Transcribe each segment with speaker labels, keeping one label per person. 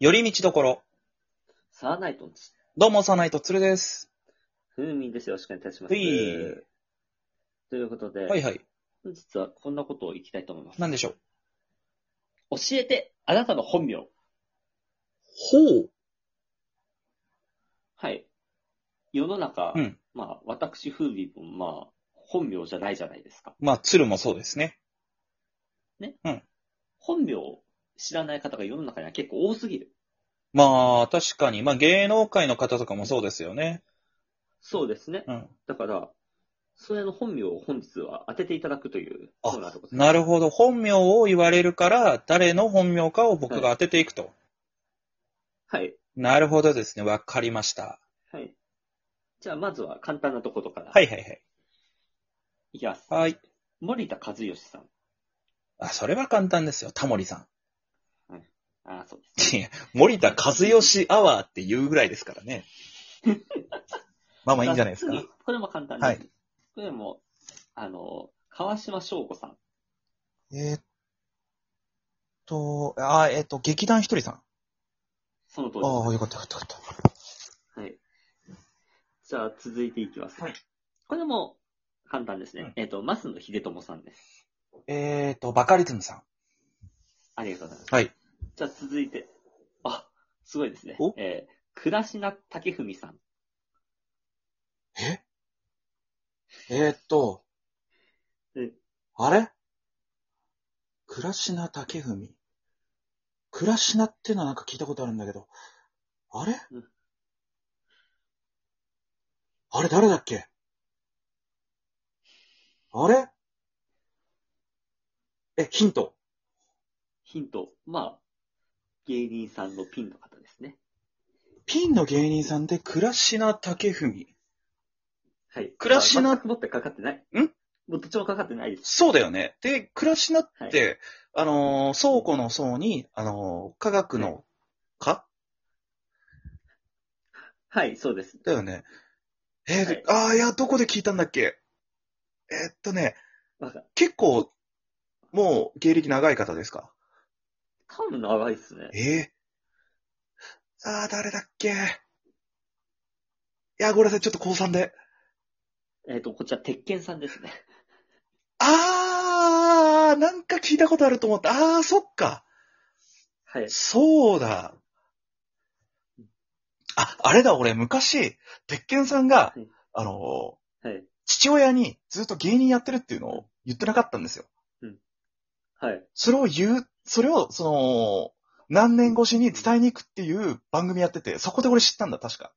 Speaker 1: 寄り道どころ。
Speaker 2: サーナイトンチ。
Speaker 1: どうも、さないとつるです。
Speaker 2: ふうみんです。よろしくお願いいたします。
Speaker 1: ふい。
Speaker 2: ということで、
Speaker 1: はいはい。
Speaker 2: 本日はこんなことをいきたいと思います。
Speaker 1: なんでしょう。
Speaker 2: 教えて、あなたの本名。
Speaker 1: ほう。
Speaker 2: はい。世の中、
Speaker 1: うん
Speaker 2: まあ、私、ふうみんも、まあ、本名じゃないじゃないですか。
Speaker 1: まあ、つるもそうですね。
Speaker 2: 本名を知らない方が世の中には結構多すぎる。
Speaker 1: まあ、確かに。まあ、芸能界の方とかもそうですよね。
Speaker 2: そうですね。
Speaker 1: うん。
Speaker 2: だから、それの本名を本日は当てていただくというコーナーでございます。
Speaker 1: なるほど。本名を言われるから、誰の本名かを僕が当てていくと。
Speaker 2: はい。
Speaker 1: なるほどですね。わかりました。
Speaker 2: はい。じゃあ、まずは簡単なとことから。。
Speaker 1: はいいはいはい。
Speaker 2: いきます。
Speaker 1: はい。
Speaker 2: 森田和義さん。
Speaker 1: あ、それは簡単ですよ。タモリさ
Speaker 2: ああ、そうです。
Speaker 1: ん。いや森田和義アワーって言うぐらいですから ね。まあまあいいんじゃないですか。
Speaker 2: 次これも簡単です。
Speaker 1: はい
Speaker 2: これも、あの、川島翔吾さん。
Speaker 1: えーっと、あ、えーっと、劇団ひとりさん。
Speaker 2: その通りで
Speaker 1: ああ、よかったよかったよかっ
Speaker 2: す。はい。じゃあ、続いていきます。
Speaker 1: はい
Speaker 2: これも、簡単ですね。えっ、と、増野秀友さんです。
Speaker 1: た。えーと、バカリズムさん。
Speaker 2: ありがとうございます。
Speaker 1: はい。
Speaker 2: じゃあ、続いて。あ、すごいですね
Speaker 1: お。
Speaker 2: えー、倉科武文さん。
Speaker 1: えーっと
Speaker 2: え、
Speaker 1: あれ倉科武文。倉科ってのはなんか聞いたことあるんだけど、あれ
Speaker 2: うん
Speaker 1: あれ誰だっけあれえ、ヒント。
Speaker 2: ヒント。まあ、芸人さんのピンの方ですね。
Speaker 1: ピンの芸人さんで倉科武文。
Speaker 2: はい。
Speaker 1: 倉科
Speaker 2: まあ全くもってかかってない。
Speaker 1: ん
Speaker 2: もうどっちもかかってないです。
Speaker 1: そうだよね。で、倉科って、あのー、倉庫の層に、あのー、科学の、か
Speaker 2: はい、そうです。
Speaker 1: だよね。えー
Speaker 2: はい
Speaker 1: ああ、いや、どこで聞いたんだっけえーっとね、
Speaker 2: わか
Speaker 1: 結構、もう、芸歴長い方ですか
Speaker 2: 多分長いっすね。
Speaker 1: えー、ああ、誰だっけいや、ごめんなさい、ちょっと高3で。
Speaker 2: えっ、と、こちら、鉄拳さんですね。
Speaker 1: ああ、なんか聞いたことあると思った。ああ、そっか。
Speaker 2: はい。
Speaker 1: そうだ。あ、あれだ、俺、昔、鉄拳さんが
Speaker 2: はい、
Speaker 1: あの、
Speaker 2: はい。
Speaker 1: 父親にずっと芸人やってるっていうのを言ってなかったんですよ。
Speaker 2: はい。
Speaker 1: それを言う、それを、その、何年越しに伝えに行くっていう番組やってて、そこで俺知ったんだ、確か。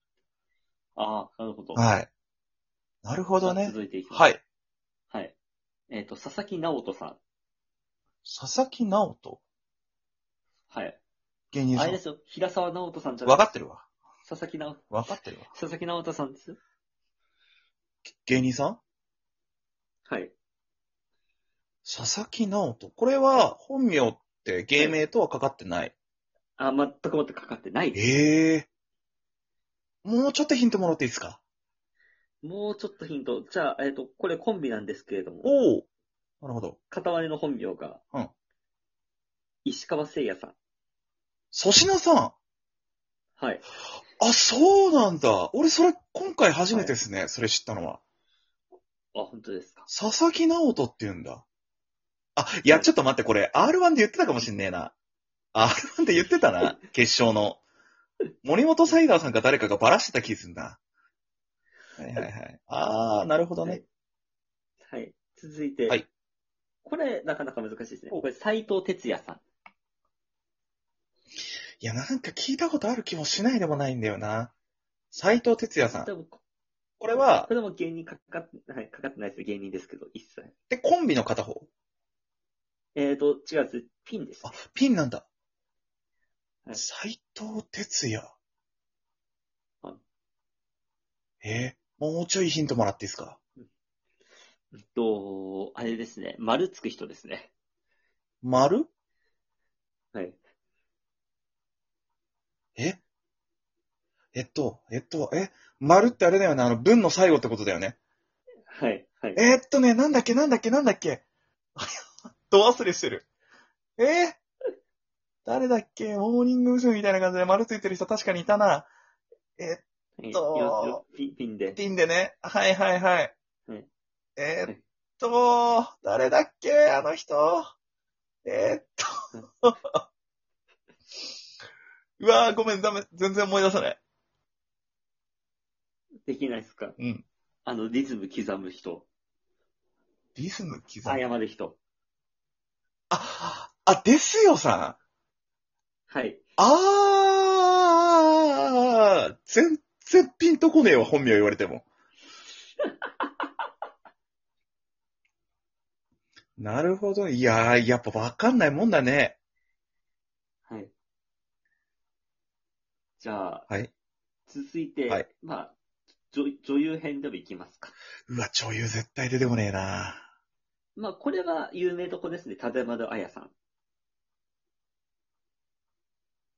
Speaker 2: ああ、なるほど。なる
Speaker 1: はい。なるほどね。
Speaker 2: 続いていきます。。
Speaker 1: はいい。
Speaker 2: はい。えっ、と、佐々木直人さん。
Speaker 1: 佐々木直人
Speaker 2: はい。
Speaker 1: 芸人
Speaker 2: あ
Speaker 1: さ
Speaker 2: れで
Speaker 1: ん。
Speaker 2: すよ。平沢直人さんじゃない
Speaker 1: わかってるわ。
Speaker 2: 佐々木直、
Speaker 1: わかってるわ。
Speaker 2: 佐々木直人さんです。
Speaker 1: 芸人さん
Speaker 2: はい。
Speaker 1: 佐々木直人。これは、本名って芸名とはかかってない。
Speaker 2: あー、全くもってかかってないです。
Speaker 1: ええもうちょっとヒントもらっていいですか
Speaker 2: もうちょっとヒント。じゃあ、えっ、と、これコンビなんですけれども、
Speaker 1: おおなるほど。
Speaker 2: 片割れの本名が、
Speaker 1: うん
Speaker 2: 石川聖也さん。
Speaker 1: 粗品さん
Speaker 2: はい。
Speaker 1: あ、そうなんだ俺それ、今回初めてですね、それ知ったのは。
Speaker 2: あ、本当ですか。
Speaker 1: 佐々木直人って言うんだ。あ、いや、ちょっと待って、これ、R1 で言ってたかもしんねえな。R1 で言ってた な、決勝の。森本サイダーさんか誰かがバラしてた気すんな。はいはいはい。あー、なるほどね。
Speaker 2: はい。続いて。
Speaker 1: はい
Speaker 2: これ、なかなか難しいですね。これ、斎藤哲也さん。
Speaker 1: いや、なんか聞いたことある気もしないでもないんだよな。斎藤哲也さん。
Speaker 2: でもこ
Speaker 1: これは
Speaker 2: こ、れも芸人かかっ、はい、かかってないですよ。芸人ですけど、一切。
Speaker 1: で、コンビの片方。
Speaker 2: えーと、違うです。ピンです
Speaker 1: あ。、ピンなんだ。
Speaker 2: はい
Speaker 1: 斎藤哲也
Speaker 2: はい。
Speaker 1: えーもうちょいヒントもらっていいですか
Speaker 2: えっと、あれですね。丸つく人ですね。
Speaker 1: 丸
Speaker 2: はい。
Speaker 1: ええっと、えっと、え丸ってあれだよね、あの、文の最後ってことだよね。
Speaker 2: はい。はい。
Speaker 1: えーっとね、なんだっけ、 なんだっけ、なんだっけ。ど忘れしてる。えー、誰だっけモーニング娘。みたいな感じで丸ついてる人確かにいたな。え
Speaker 2: はい
Speaker 1: どう
Speaker 2: よよピンピンで
Speaker 1: ー、。ピンでね。はいはいはい
Speaker 2: うん。
Speaker 1: えーっと、誰だっけあの人。えーっと。 うわーごめん、ダメ。全然思い出さない。
Speaker 2: できないっすか
Speaker 1: うん。
Speaker 2: あの、リズム刻む人。
Speaker 1: リズム刻
Speaker 2: 謝
Speaker 1: む。
Speaker 2: る人。
Speaker 1: あ、あ、ですよさん。
Speaker 2: はい。
Speaker 1: あー、全然ピンとこねえわ、本名言われても。なるほど。いやー、やっぱわかんないもんだね。
Speaker 2: はい。じゃあ、
Speaker 1: はい
Speaker 2: 続いて、
Speaker 1: はい
Speaker 2: まあ、女女優編でもいきますか。
Speaker 1: うわ、女優絶対出てこねえな。
Speaker 2: まあ、これは有名どこですね。立丸彩さん。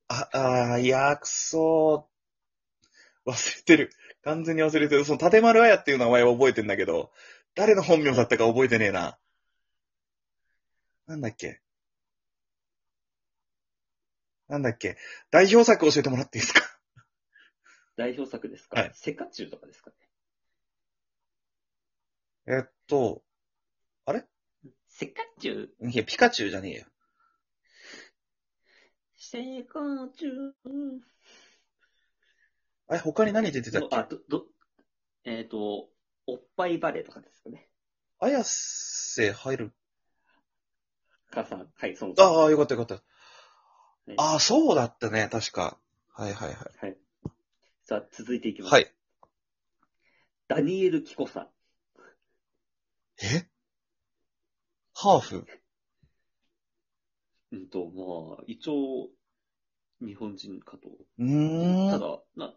Speaker 1: あ、あー、いやー、くそー。忘れてる。完全に忘れてる。その、立丸彩っていう名前は覚えてんだけど、誰の本名だったか覚えてねえな。なんだっけ。なんだっけ。代表作教えてもらっていいですか
Speaker 2: 代表作ですか、
Speaker 1: はい
Speaker 2: セカチュウとかですかね。
Speaker 1: えっと、
Speaker 2: セカチュウ、
Speaker 1: いや、ピカチュウじゃねえよ。
Speaker 2: セカチュウ。
Speaker 1: あれ、他に何出てたっけ
Speaker 2: あ、ど、ど、えっ、と、おっぱいバレーとかですかね。
Speaker 1: 綾瀬入る。
Speaker 2: 母さん、はい、その通り
Speaker 1: ああ、よかったよかった。
Speaker 2: はい
Speaker 1: ああ、そうだったね、確か。はいはいは
Speaker 2: はい。さあ、続いていき
Speaker 1: い。
Speaker 2: ます。
Speaker 1: はい。
Speaker 2: ダニエル・キコさん。
Speaker 1: えハーフ
Speaker 2: うんと、まあ、一応、日本人かと。
Speaker 1: うーん。
Speaker 2: ただ、な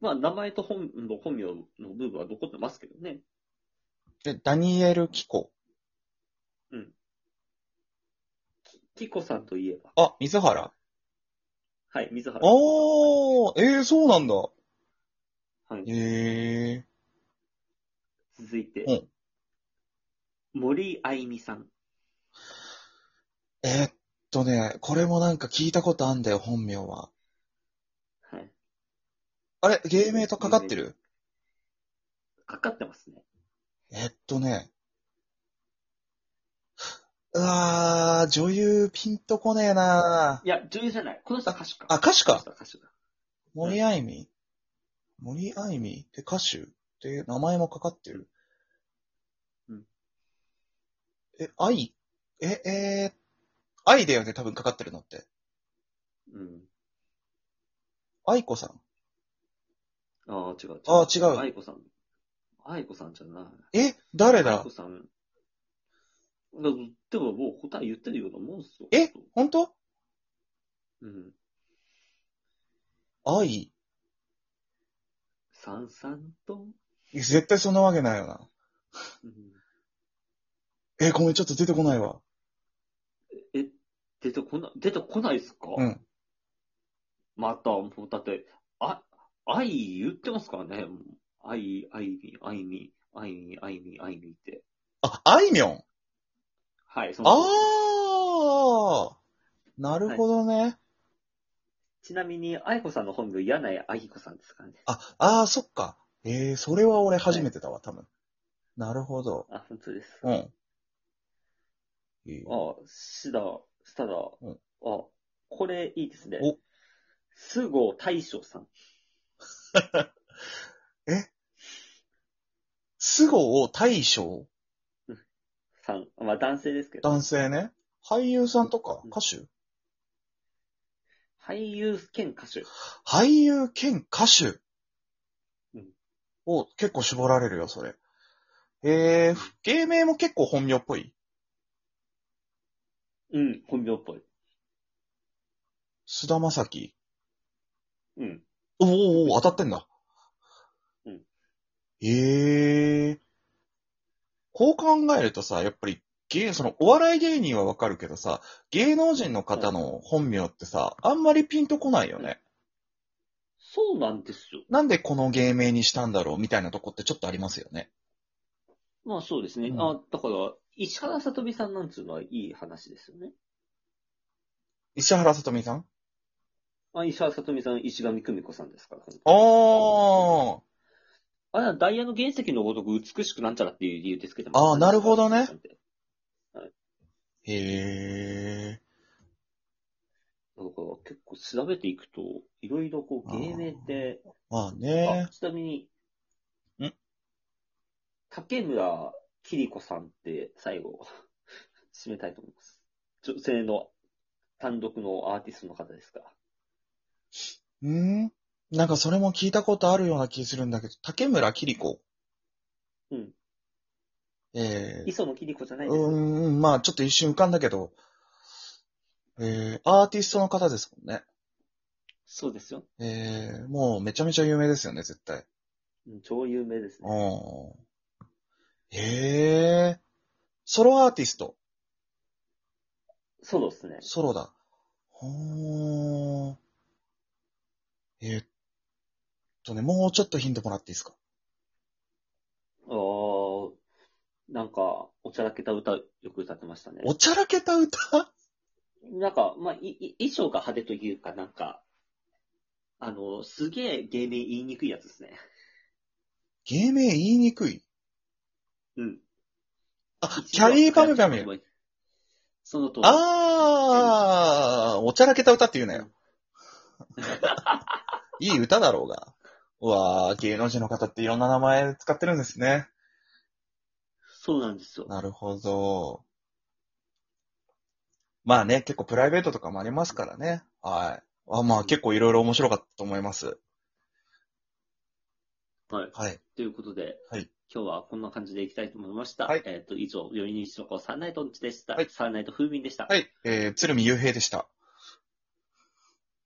Speaker 2: まあ、名前と本の本名の部分は残ってますけどね。
Speaker 1: で、ダニエル・キコ。
Speaker 2: きキコさんといえば。
Speaker 1: あ、水原。
Speaker 2: はい、水原。
Speaker 1: おー、ええー、そうなんだ。
Speaker 2: はい。
Speaker 1: ええ
Speaker 2: 続いて、
Speaker 1: うん
Speaker 2: 森あいみさん。
Speaker 1: ー。えーっとね、これもなんか聞いたことあんだよ、本名は。
Speaker 2: はい。
Speaker 1: あれ、芸名とかかってる
Speaker 2: かかってますね。
Speaker 1: えーっとね。うわー、女優ピンとこねえない
Speaker 2: や、女優じゃない。この人は歌手か。
Speaker 1: あ、歌手
Speaker 2: この
Speaker 1: か
Speaker 2: 人は歌手だ。
Speaker 1: 森あいみ森あいみで歌手で名前もかかってる。
Speaker 2: うん
Speaker 1: え、愛え、えー、愛だよね、多分かかってるのって。
Speaker 2: うん。
Speaker 1: 愛子さん。
Speaker 2: ああ、違う違う。
Speaker 1: あー違う
Speaker 2: 愛子さん。愛子さんじゃない。
Speaker 1: え、誰
Speaker 2: 愛
Speaker 1: だ
Speaker 2: 子さん。だでももう答え言ってるようなもんっすよ。
Speaker 1: え本当
Speaker 2: うん。
Speaker 1: 愛
Speaker 2: さんさんと、
Speaker 1: 絶対そんなわけないよな。
Speaker 2: うん、
Speaker 1: え、ごめん、ちょっと出てこないわ。
Speaker 2: え、出てこない、出てこないっすか
Speaker 1: うん。
Speaker 2: また、もうだって、あ、愛言ってますからね。もう愛、愛に、愛に、愛に、愛に、愛にって。
Speaker 1: あ、あいみょん。
Speaker 2: はい、その
Speaker 1: あーなるほどね。
Speaker 2: ちなみに、愛子さんの本名、柳井愛子さんですからね。
Speaker 1: あ、ああ、そっか。ええー、それは俺初めてだわ、多分。なるほど。
Speaker 2: あ、本当です。
Speaker 1: うん。
Speaker 2: あ、
Speaker 1: いい
Speaker 2: しだ、しただ、
Speaker 1: うん
Speaker 2: あ、これいいですね
Speaker 1: お。
Speaker 2: すご大将さん。
Speaker 1: すごを大将
Speaker 2: さん。まあ、男性ですけど。
Speaker 1: 男性ね。俳優さんとか
Speaker 2: うん
Speaker 1: 歌手
Speaker 2: 俳優兼歌手。
Speaker 1: 俳優兼歌手
Speaker 2: うん
Speaker 1: を結構絞られるよ、それ。ええー、芸名も結構本名っぽい。
Speaker 2: うん、本名っぽい。
Speaker 1: 菅田将暉。
Speaker 2: うん。
Speaker 1: おーおーおー当たってんだ。
Speaker 2: うん。
Speaker 1: ええー。こう考えるとさ、やっぱり、芸、その、お笑い芸人はわかるけどさ、芸能人の方の本名ってさ、あんまりピンとこないよね。
Speaker 2: そうなんですよ。
Speaker 1: なんでこの芸名にしたんだろうみたいなとこってちょっとありますよね。
Speaker 2: まあそうですね。
Speaker 1: うん
Speaker 2: あ、だから、石原さとみさんなんつうのはいい話ですよね。
Speaker 1: 石原さとみさん
Speaker 2: あ、石原さとみさん、石上久美子さんですから。
Speaker 1: おー。
Speaker 2: あれはダイヤの原石のごとく美しくなんちゃらっていう理由ですけど
Speaker 1: あーなるほどね。へー。
Speaker 2: なんか結構調べていくと、いろいろこう芸名って、
Speaker 1: まあ
Speaker 2: あ
Speaker 1: ね。
Speaker 2: ちなみに、
Speaker 1: ん
Speaker 2: 竹村きり子さんって最後、 締めたいと思います。女性の単独のアーティストの方ですか。
Speaker 1: うんなんかそれも聞いたことあるような気するんだけど、竹村きり子。
Speaker 2: うん。
Speaker 1: え
Speaker 2: 磯野きり子じゃな
Speaker 1: ー、
Speaker 2: いです
Speaker 1: う
Speaker 2: か。
Speaker 1: ーん、まあちょっと一瞬浮かんだけど、えー、アーティストの方ですもんね。
Speaker 2: そうですよ。
Speaker 1: えー、もうめちゃめちゃ有名ですよね、絶対。
Speaker 2: うん超有名ですね。
Speaker 1: うん。へえー、ソロアーティスト。
Speaker 2: そうですね。
Speaker 1: ソロだ。ほー。えーっとね、もうちょっとヒントもらっていいですか
Speaker 2: あーなんか、おちゃらけた歌、よく歌ってましたね。
Speaker 1: おちゃらけた歌
Speaker 2: なんか、まあ、い、い、衣装が派手というか、なんか、あの、すげえ芸名言いにくいやつですね。
Speaker 1: 芸名言いにくい。
Speaker 2: うん。
Speaker 1: あ、キャリーパムパム。。
Speaker 2: その通り。
Speaker 1: あー、おちゃらけた歌って言うな よ。いい歌だろうが。うわー、芸能人の方っていろんな名前使ってるんですね。
Speaker 2: そうなんですよ。
Speaker 1: なるほど。まあね、結構プライベートとかもありますからね。はい。あまあ結構いろいろ面白かったと思います。
Speaker 2: はい。
Speaker 1: はい。
Speaker 2: ということで、
Speaker 1: はい
Speaker 2: 今日はこんな感じでいきたいと思いました。
Speaker 1: はい
Speaker 2: えっ、と、以上、よりにしのこサンナイトンチでした。
Speaker 1: はい
Speaker 2: サンナイト風味でした。
Speaker 1: はい。えー、鶴見雄平でした。